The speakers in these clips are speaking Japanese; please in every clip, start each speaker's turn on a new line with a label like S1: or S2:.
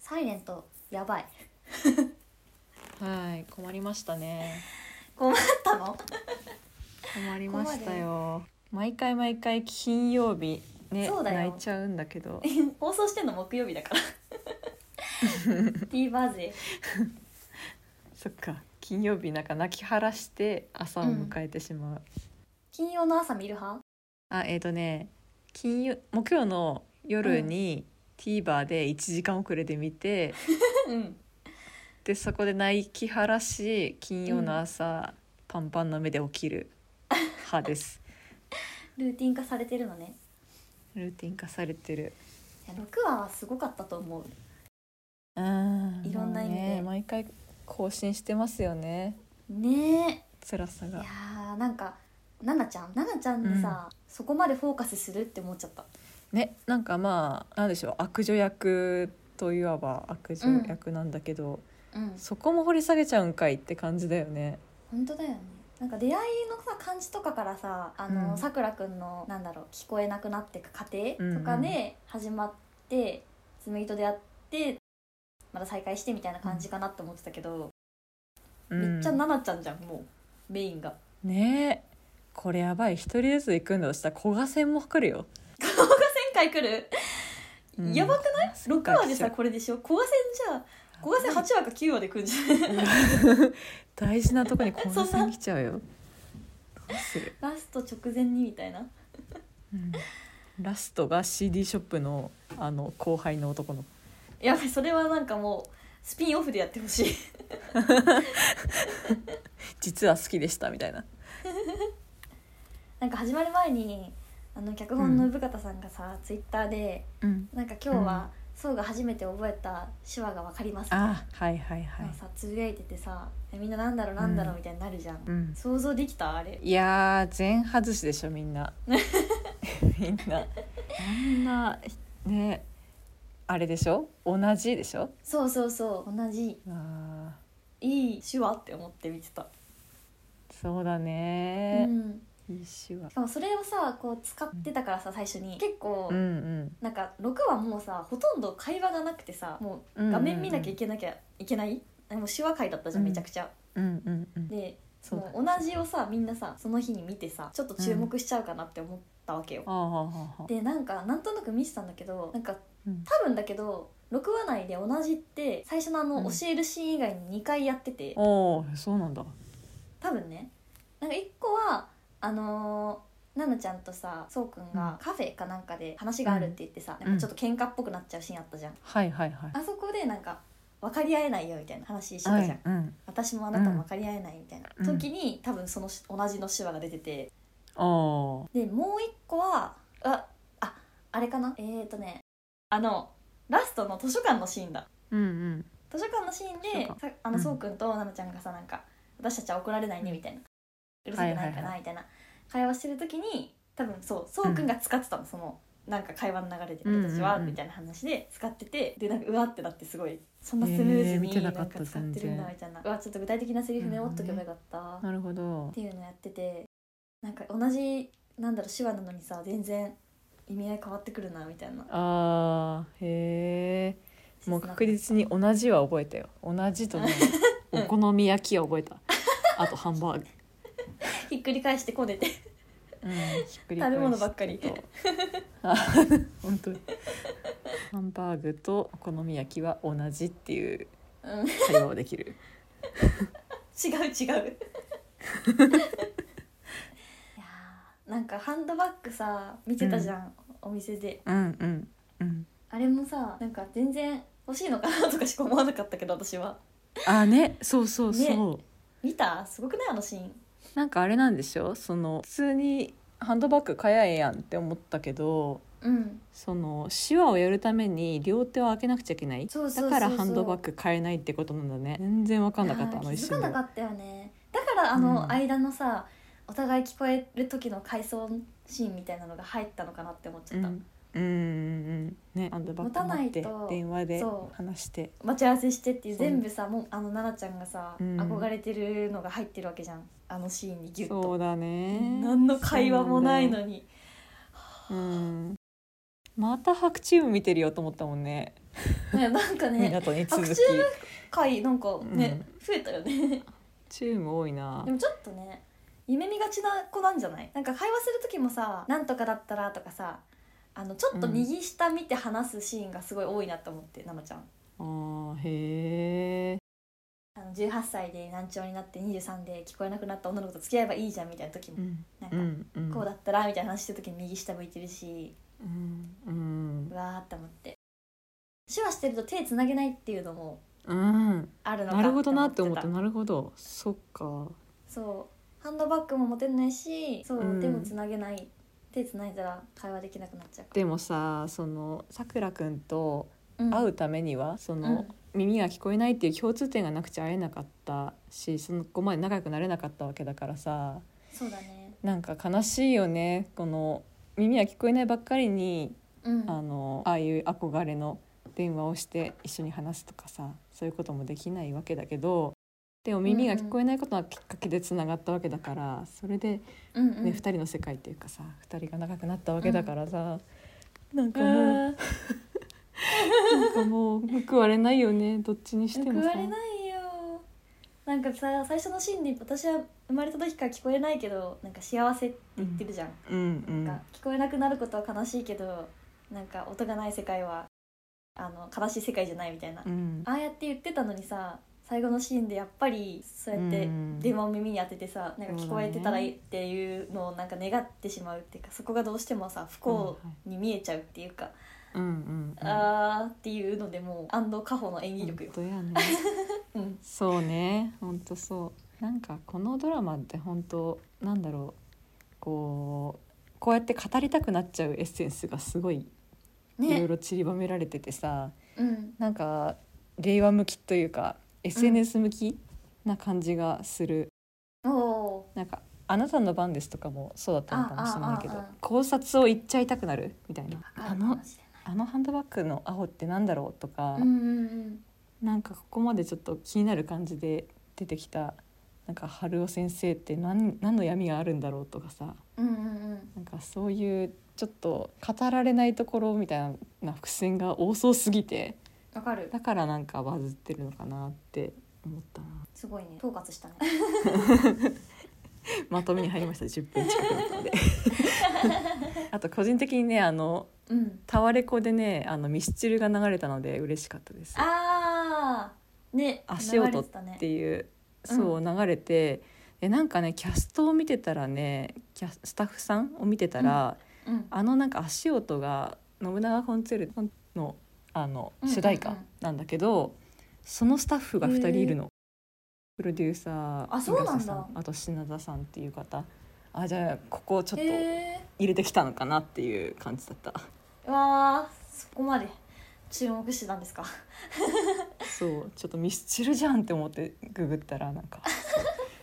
S1: サイレントやば い
S2: はい困りましたね
S1: 困ったの
S2: 困りましたよ毎回毎回金曜日ね
S1: そうだよ
S2: 泣いちゃうんだけど
S1: 放送してんの木曜日だ から TVer 勢
S2: そっか金曜日なんか泣き晴らして朝を迎えてしまう、
S1: 金曜の朝見る派
S2: あえっ、とね金曜木曜の夜に TVer で1時間遅れで見て、
S1: うん
S2: でそこで泣き晴らし金曜の朝、パンパンの目で起きる派 です
S1: ルーティン化されてるのね
S2: ルーティン化されてる
S1: いや6話はすごかったと思う
S2: うん
S1: いろんな意味で
S2: もうね毎回更新してますよね
S1: ね
S2: 辛さ
S1: えい
S2: が
S1: やーなんか奈々ちゃん奈々ちゃんにさ、そこまでフォーカスするって思っちゃった
S2: ねなんかまあなんでしょう悪女役といわば悪女役なんだけ
S1: う
S2: ど、
S1: ん
S2: そこも掘り下げちゃうんかいって感じだよね
S1: 本当だよねなんか出会いのさ感じとかからさあの、
S2: うん
S1: さくらくんのなんだろう聞こえなくなってく過
S2: うんう
S1: 程
S2: ん
S1: とかで始まって紬、と出会ってまた再会してみたいな感じかなって思ってたけど、
S2: うん
S1: めっちゃ奈々ちゃんじゃんもうメイ ンが
S2: ねえこれやばい一人ずつ行くんだとしたら古賀戦も来るよ、
S1: 前回来る
S2: うん
S1: やばく
S2: ない
S1: 6話でさこれでしょ古賀戦じゃ古賀戦8話か9話で来るんじゃない
S2: 大事なとこに古賀
S1: そん
S2: 戦
S1: な
S2: 来ちゃ うよどうする、
S1: ラスト直前にみたいな
S2: うんラストが CD ショップのあの後輩の男の
S1: やばいそれはなんかもうスピンオフでやってほしい
S2: 実は好きでしたみたいな
S1: なんか始まる前にあの脚本の生方さんがさ、ツイッターで
S2: うん
S1: なんか今日は、そうが初めて覚えた手話がわかります
S2: あはいはいは
S1: なん
S2: い
S1: かさつぶやいててさみんななんだろうなんだろう
S2: うん
S1: みたいになるじゃん、
S2: うん
S1: 想像できたあれ
S2: いやー全外しでしょみん なみんなあんなねあれでしょ同じでしょ
S1: そうそうそう同じ
S2: あ
S1: いい手話って思って見てた、
S2: ーそうだ
S1: う
S2: ね、
S1: ん、
S2: いい手話
S1: しかもそれをさこう使ってたからさ最初に結構、
S2: うんうん
S1: なんか6話もうさほとんど会話がなくてさもう画面見なきゃいけなきゃいけない、もう手話回だったじゃん
S2: うん
S1: めちゃくちゃ、
S2: うんうんうん
S1: で
S2: そうだ
S1: もう同じをさみんなさその日に見てさちょっと注目しちゃうかなって思ったわけよ、
S2: ああはあはあはあ
S1: でなんかなんとなく見てたんだけどなんか
S2: うん
S1: 多分だけど6話内で同じって最初のあ
S2: う
S1: の
S2: ん
S1: 教えるシーン以外に2回やってて、
S2: おーそうなんだ
S1: 多分ねなんか1個はあのー、ななちゃんとさそうくん
S2: うん
S1: がカフェかなんかで話があるって言ってさ、
S2: うん
S1: なんかちょっと喧嘩っぽくなっちゃうシーンあったじゃん、
S2: はいはいはい
S1: あそこでなんか分かり合えないよみたいな話してた
S2: は
S1: じゃん、
S2: いうん
S1: 私もあなたも分かり合えないみたいな、
S2: うん
S1: 時に多分その同じの手話が出てて
S2: おー
S1: でもう一個はあああれかなえー、とねあのラストの図書館のシーンだ
S2: うんうん
S1: 図書館のシーン
S2: 図
S1: で
S2: 書館
S1: さあの
S2: うん
S1: そうくんと奈々ちゃんがさなんか私たちは怒られないねみたいな、うるさくない
S2: は
S1: か
S2: いはい
S1: なみたいな会話してる時に多分そうそうくんが使ってたの、そのなんか会話の流れで
S2: うんうんうん
S1: 私たちはみたいな話で使っててでなんかうわってなってすごいそんなスムーズ
S2: えー見て
S1: にな
S2: なんか
S1: か
S2: った
S1: 使ってるんだ
S2: 全然
S1: みたいな、うわちょっと具体的なセリフメモっとけばよかった。
S2: なるほど
S1: っていうのやっててなんか同じなんだろう手話なのにさ全然意味合い変わってくるなみたいな
S2: あーへえもう確実に同じは覚えたよ同じ とね
S1: うん
S2: お好み焼きは覚えたあとハンバーグ、
S1: ひっくり返してこねて
S2: うん、ひっくり
S1: 食べ物ばっかり
S2: 返してとあ本当にハンバーグとお好み焼きは同じっていう
S1: うん 違
S2: 会話はできる
S1: う違ういやーなんかハンドバッグさ見てたじゃん、お店で
S2: うんうんうん
S1: あれもさなんか全然欲しいのかなとかしか思わなかったけど私は
S2: あねそうそうそう、
S1: 見たすごくないあのシーン
S2: なんかあれなんでしょその普通にハンドバッグ買えばええやんって思ったけど
S1: うん
S2: その手話をやるために両手を開けなくちゃいけない
S1: そうそうそうそう
S2: だからハンドバッグ買えないってことなんだね全然分かんなかった
S1: あ
S2: あ
S1: ー
S2: の
S1: 気
S2: 一
S1: づか
S2: 瞬で
S1: なかったよねだからあ
S2: う
S1: の
S2: ん
S1: 間のさ、お互い聞こえる時の回想シーンみたいなのが入ったのかなって思っち
S2: う
S1: ゃっ
S2: ん
S1: た、
S2: うんうんうんねハンドバッ
S1: 持た
S2: グ
S1: な
S2: 持
S1: い
S2: って
S1: と
S2: 電話で
S1: そう
S2: 話して
S1: 待ち合わせしてっていう
S2: そう
S1: 全部さもうあの奈々ちゃんがさ、
S2: うん
S1: 憧れてるのが入ってるわけじゃんあのシーンにギュッ
S2: そ
S1: と、
S2: うだね
S1: 何の会話もないの
S2: に
S1: に
S2: うんまた白チーム見てるよと思ったもんね
S1: ねなんか ね
S2: 港に続き
S1: 白チ回なんかね、増えたよ ね
S2: チーム多いな
S1: でもちょっとね夢見がちな子なんじゃないなんか会話する時もさ「なんとかだったら」とかさあのちょっと右下見て話すシーンがすごい多いなと思って、奈々ちゃん
S2: あーへえ
S1: あの18歳で難聴になって23で聞こえなくなった女の子と付き合えばいいじゃんみたいな時も、
S2: うん
S1: なん
S2: う
S1: か、
S2: んうん
S1: こうだったらみたいな話してる時に右下向いてるし
S2: うんうん
S1: うわーって思って手話してると手つなげないっていうのも
S2: うん
S1: あるのか
S2: なるほどなって思った
S1: た
S2: なるほどそっか
S1: そうハンドバッグも持てないしそう、
S2: うん
S1: 手もつなげない手つないだら会話できなくなっちゃうか
S2: でもさそのさくらくんと
S1: ら、うん
S2: 会うためには、その、耳が聞こえないっていう共通点がなくちゃ会えなかったしそのこまで仲良くなれなかったわけだからさ
S1: そうだね
S2: なんか悲しいよねこの耳が聞こえないばっかりに、
S1: うん
S2: あのああいう憧れの電話をして一緒に話すとかさそういうこともできないわけだけどでも耳が聞こえないことがきっかけでつながったわけだからそれで
S1: うんうん
S2: ね、2人の世界っていうかさ2人が長くなったわけだからさ、なんか
S1: う
S2: もう、
S1: ん
S2: なんかもう報われないよねどっちにして
S1: 報
S2: もさ
S1: われないよなんかさ最初のシーンに私は生まれた時から聞こえないけどなんか幸せって言ってるじゃん、
S2: うんうん
S1: なんか聞こえなくなることは悲しいけどなんか音がない世界はあの悲しい世界じゃないみたいな、
S2: うん
S1: ああやって言ってたのにさ最後のシーンでやっぱりそうやって
S2: うん
S1: 電話を耳に当ててさ、なんか聞こえてたらいい
S2: そ
S1: っていうのをなんか願ってしまうっていうかそこがどうしてもさ不幸に見えちゃうっていうか、
S2: うんうんうん
S1: あーっていうのでもう安藤加穂の演技力よ
S2: 本、当やね
S1: うん
S2: そうね本当そうなんかこのドラマって本当なんだろうこうこうやって語りたくなっちゃうエッセンスがすごいいろい
S1: ね
S2: ろ散りばめられててさ、
S1: うん
S2: なんか令和向きというか SNS 向きな感じがする、
S1: おお
S2: なんか「あなたの番です」とかもそうだったのかもしれないけ
S1: ああ
S2: ど
S1: ああ
S2: 考察を言っちゃいたくなるみたいな
S1: ー
S2: 「
S1: わ
S2: あ
S1: かるか
S2: の
S1: もしれない
S2: あのハンドバッグの青ってなんだろう?」とか、
S1: うんうんうん
S2: なんかここまでちょっと気になる感じで出てきたなんか春雄先生って何何の闇があるんだろうとかさ
S1: うんうんうん
S2: なんかそういうちょっと語られないところみたいな伏線が多そうすぎて
S1: わかる
S2: だからなんかバズってるのかなって思ったな
S1: すごいね統括したね
S2: まとめに入りました10分近くだ ったんで あと個人的にねあの
S1: うん
S2: タワレコでねあのミスチルが流れたので嬉しかったです。
S1: ああね
S2: 足音
S1: 流れてたね
S2: っていう
S1: うん
S2: そう流れて、でなんかねキャストを見てたらねキャススタッフさんを見てたら、
S1: うん
S2: あのなんか足音が「信長コンツェルトの」あの
S1: うんうんうん
S2: 主題歌なんだけど、そのスタッフが2人いるの。プロデューサー
S1: あそうなんだ
S2: 広瀬さんあと品田さんっていう方あじゃあここをちょっと
S1: へ
S2: 入れてきたのかなっていう感じだった。
S1: えわあそこまで注目してたんですか
S2: そうちょっとミスチルじゃんって思ってググったらな んか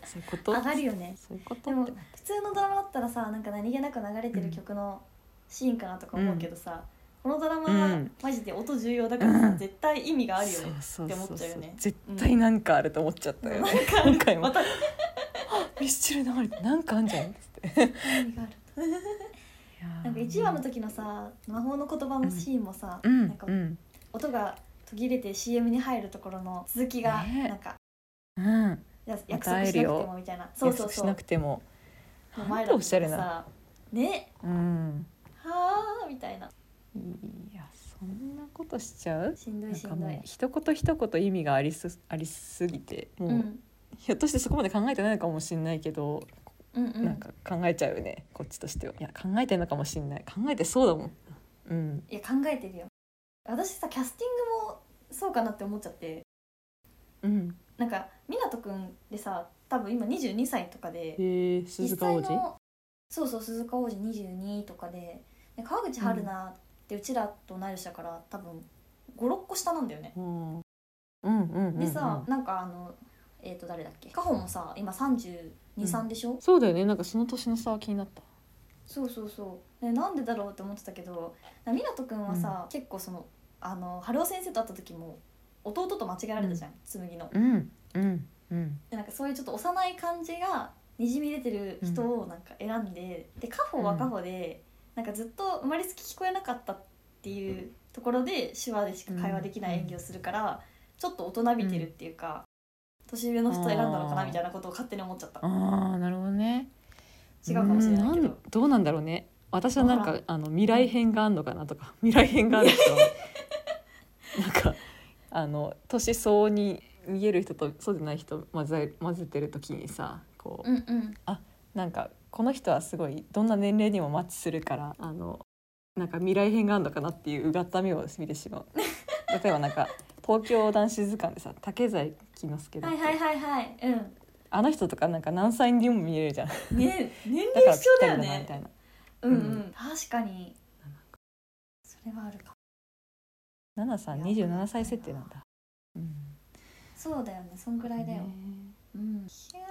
S2: そういうこと
S1: 上がるよね
S2: そういうこと
S1: でも普通のドラマだったらさなんか何気なく流れてる曲のシーンかなとか思うけどさ、このドラマは
S2: うん
S1: マジで音重要だからさ、
S2: うん
S1: 絶対意味があるよね、
S2: そう
S1: って
S2: そ
S1: 思
S2: う
S1: っ
S2: そう
S1: ちゃうよ
S2: そう
S1: ね
S2: 絶対なんかあると思っちゃったよね、今回
S1: ま
S2: も
S1: た
S2: 「ミスチル流れてなんかあんじゃん」っつっ
S1: 意
S2: て。
S1: 味があるなんか1話の時のさ魔法の言葉のシーンもさ、
S2: うん
S1: なんか
S2: うん
S1: 音が途切れて CM に入るところの続きが
S2: ね
S1: なんか、
S2: うん、
S1: や
S2: ま
S1: 約
S2: た
S1: 束
S2: 会え
S1: し
S2: る
S1: なくて
S2: よ
S1: もみたいなそう
S2: 約
S1: そう
S2: 束
S1: そ
S2: し
S1: う
S2: なくても
S1: の
S2: な
S1: 前だ
S2: んて
S1: と
S2: おしゃれな、
S1: さね
S2: うん、
S1: はあみたいない
S2: やそんなことしちゃう
S1: しんど
S2: ないん
S1: し
S2: か
S1: んど
S2: もう
S1: い
S2: 一言一言意味がありすありすぎてもう、
S1: うん
S2: ひょっとしてそこまで考えてないのかもしれないけど
S1: うんうん
S2: なんか考えちゃうよねこっちとしてはいや考えてんのかもしんない考えてそうだもんうん
S1: いや考えてるよ私さキャスティングもそうかなって思っちゃって
S2: うん
S1: なんか湊くんでさ多分今22歳とかで
S2: へえ鈴鹿王
S1: 実
S2: 子
S1: 際のそうそう鈴鹿王子22とかでで川口春奈ってうちらと同い年だから多分56個下なんだよね
S2: うんうんうんうん
S1: でさ、なんかあのえっ、と誰だっけかほもさ今323、3でしょ、
S2: そうだよねなんかその年の差は気になった
S1: そうそうそう、ね、なんでだろうって思ってたけどな湊くんはさ、結構そのあの春雄先生と会った時も弟と間違えられたじゃん、紬の
S2: うんうんうん
S1: でなんかそういうちょっと幼い感じがにじみ出てる人をなんか選んで、でカホはカホで、なんかずっと生まれつき聞こえなかったっていうところで手話でしか会話できない演技をするから、ちょっと大人びてるっていうか、年上の人を選んだのかなみたいなことを勝手に思っちゃった
S2: ああなるほどね
S1: 違うかもしれないけ
S2: うん
S1: ど
S2: んどうなんだろうね私はなん
S1: わ
S2: かあの未来編があんのかなとか 未来編がある人なんかあの年相応に見える人とそうでない人混ぜ混ぜてる時にさこう
S1: うんうん
S2: なんかこの人はすごいどんな年齢にもマッチするからあのなんか未来編があるのかなっていううがった目を見て しまう例えばなんか東京男子図鑑でさ竹財喜之助だっ
S1: は
S2: け
S1: いはいはいはいうん
S2: あの人とかなんか何歳にも見える じゃんだか
S1: ね年齢
S2: らぴっ
S1: 必要
S2: た
S1: だよ
S2: りだなみ
S1: ね
S2: たいな
S1: うんう
S2: うん
S1: 確かにそれはあるかも
S2: ナナさん二十七歳設定なんだ。うん、
S1: そうだよねそんぐらいだよ、
S2: ね
S1: うんいや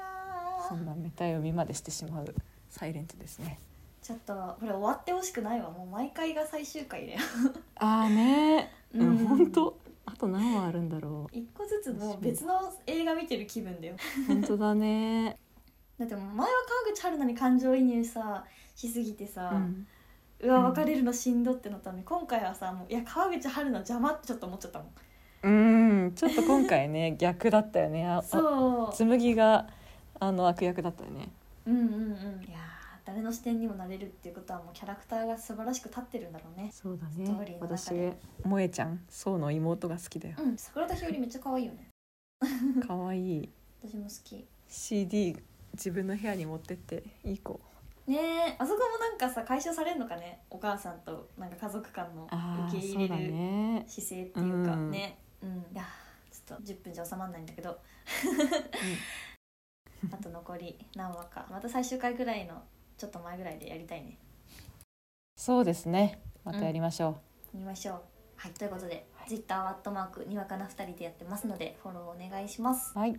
S2: そ
S1: ー
S2: んなメタ読みまでしてしまうサイレントですね。
S1: ちょっとこれ終わってほしくないわもう毎回が最終回だよ
S2: ああね、う、
S1: うんん
S2: 本当。あと何話あるんだろ
S1: 一個ずつもう別の映画見てる気分だよ
S2: う。本当だね。
S1: だってもう前は川口春奈に感情移入さしすぎて
S2: う
S1: さ、
S2: ん、
S1: うわ別れるのしんどってなったのに今回はさもういや川口春奈邪魔ってちょっと思っちゃったもん
S2: うん、ちょっと今回 ね逆だったよね。あ、あ
S1: そ
S2: 紬があの悪役だったよね。
S1: ううんうんうんいやー誰の視点にもなれるっていうことはもうキャラクターが素晴らしく立ってるんだろうね
S2: そうだ
S1: ストーリ
S2: ね
S1: ー。の
S2: 私
S1: 中で
S2: 萌えちゃん、そうの妹が好きだよ。
S1: うん桜田ひよりめっちゃ可愛いよね
S2: 可愛いい。
S1: 私も好き
S2: CD 自分の部屋に持ってっていい子。
S1: ねえあそこもなんかさ解消されるのかねお母さんとなんか家族間の
S2: ああ、
S1: 受け
S2: そう
S1: 入
S2: だ
S1: れる
S2: ね。
S1: 姿勢っていうか
S2: うん
S1: ねうん、いやーちょっと10分じゃ収まんないんだけど、 あと残り何話かまた最終回ぐらいのちょっと前ぐらいでやりたいね
S2: そうですね。またやりましょう。
S1: 見ましょうはいということで、Twitter はアットマークにわかな2人でやってますのでフォローお願いします
S2: はい。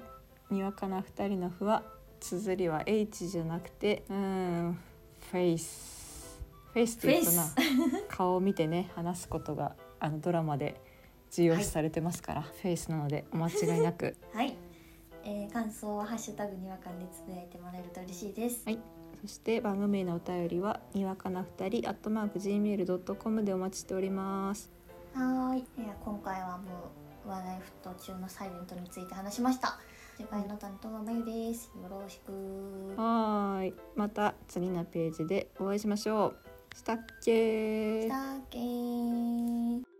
S2: にわかな二人の不は綴りは H じゃなくて、うーん、フェイス。フェイスって言うとな
S1: フ、
S2: 顔を見てね話すことがあのドラマで重要視されてますから、フェイスなのでお間違いなく。
S1: はい、えー感想はハッシュタグにわかんでつぶやいてもらえると嬉しいです
S2: そして番組へのお便りはにわかな二人アットマーク gmail ドットコムでお待ちしております。
S1: はーいいや今回はもう話題沸騰中のサイレントについて話しました次回の担当はまゆですよろしく
S2: はーい。また次のページでお会いしましょう。したっけー
S1: したっけー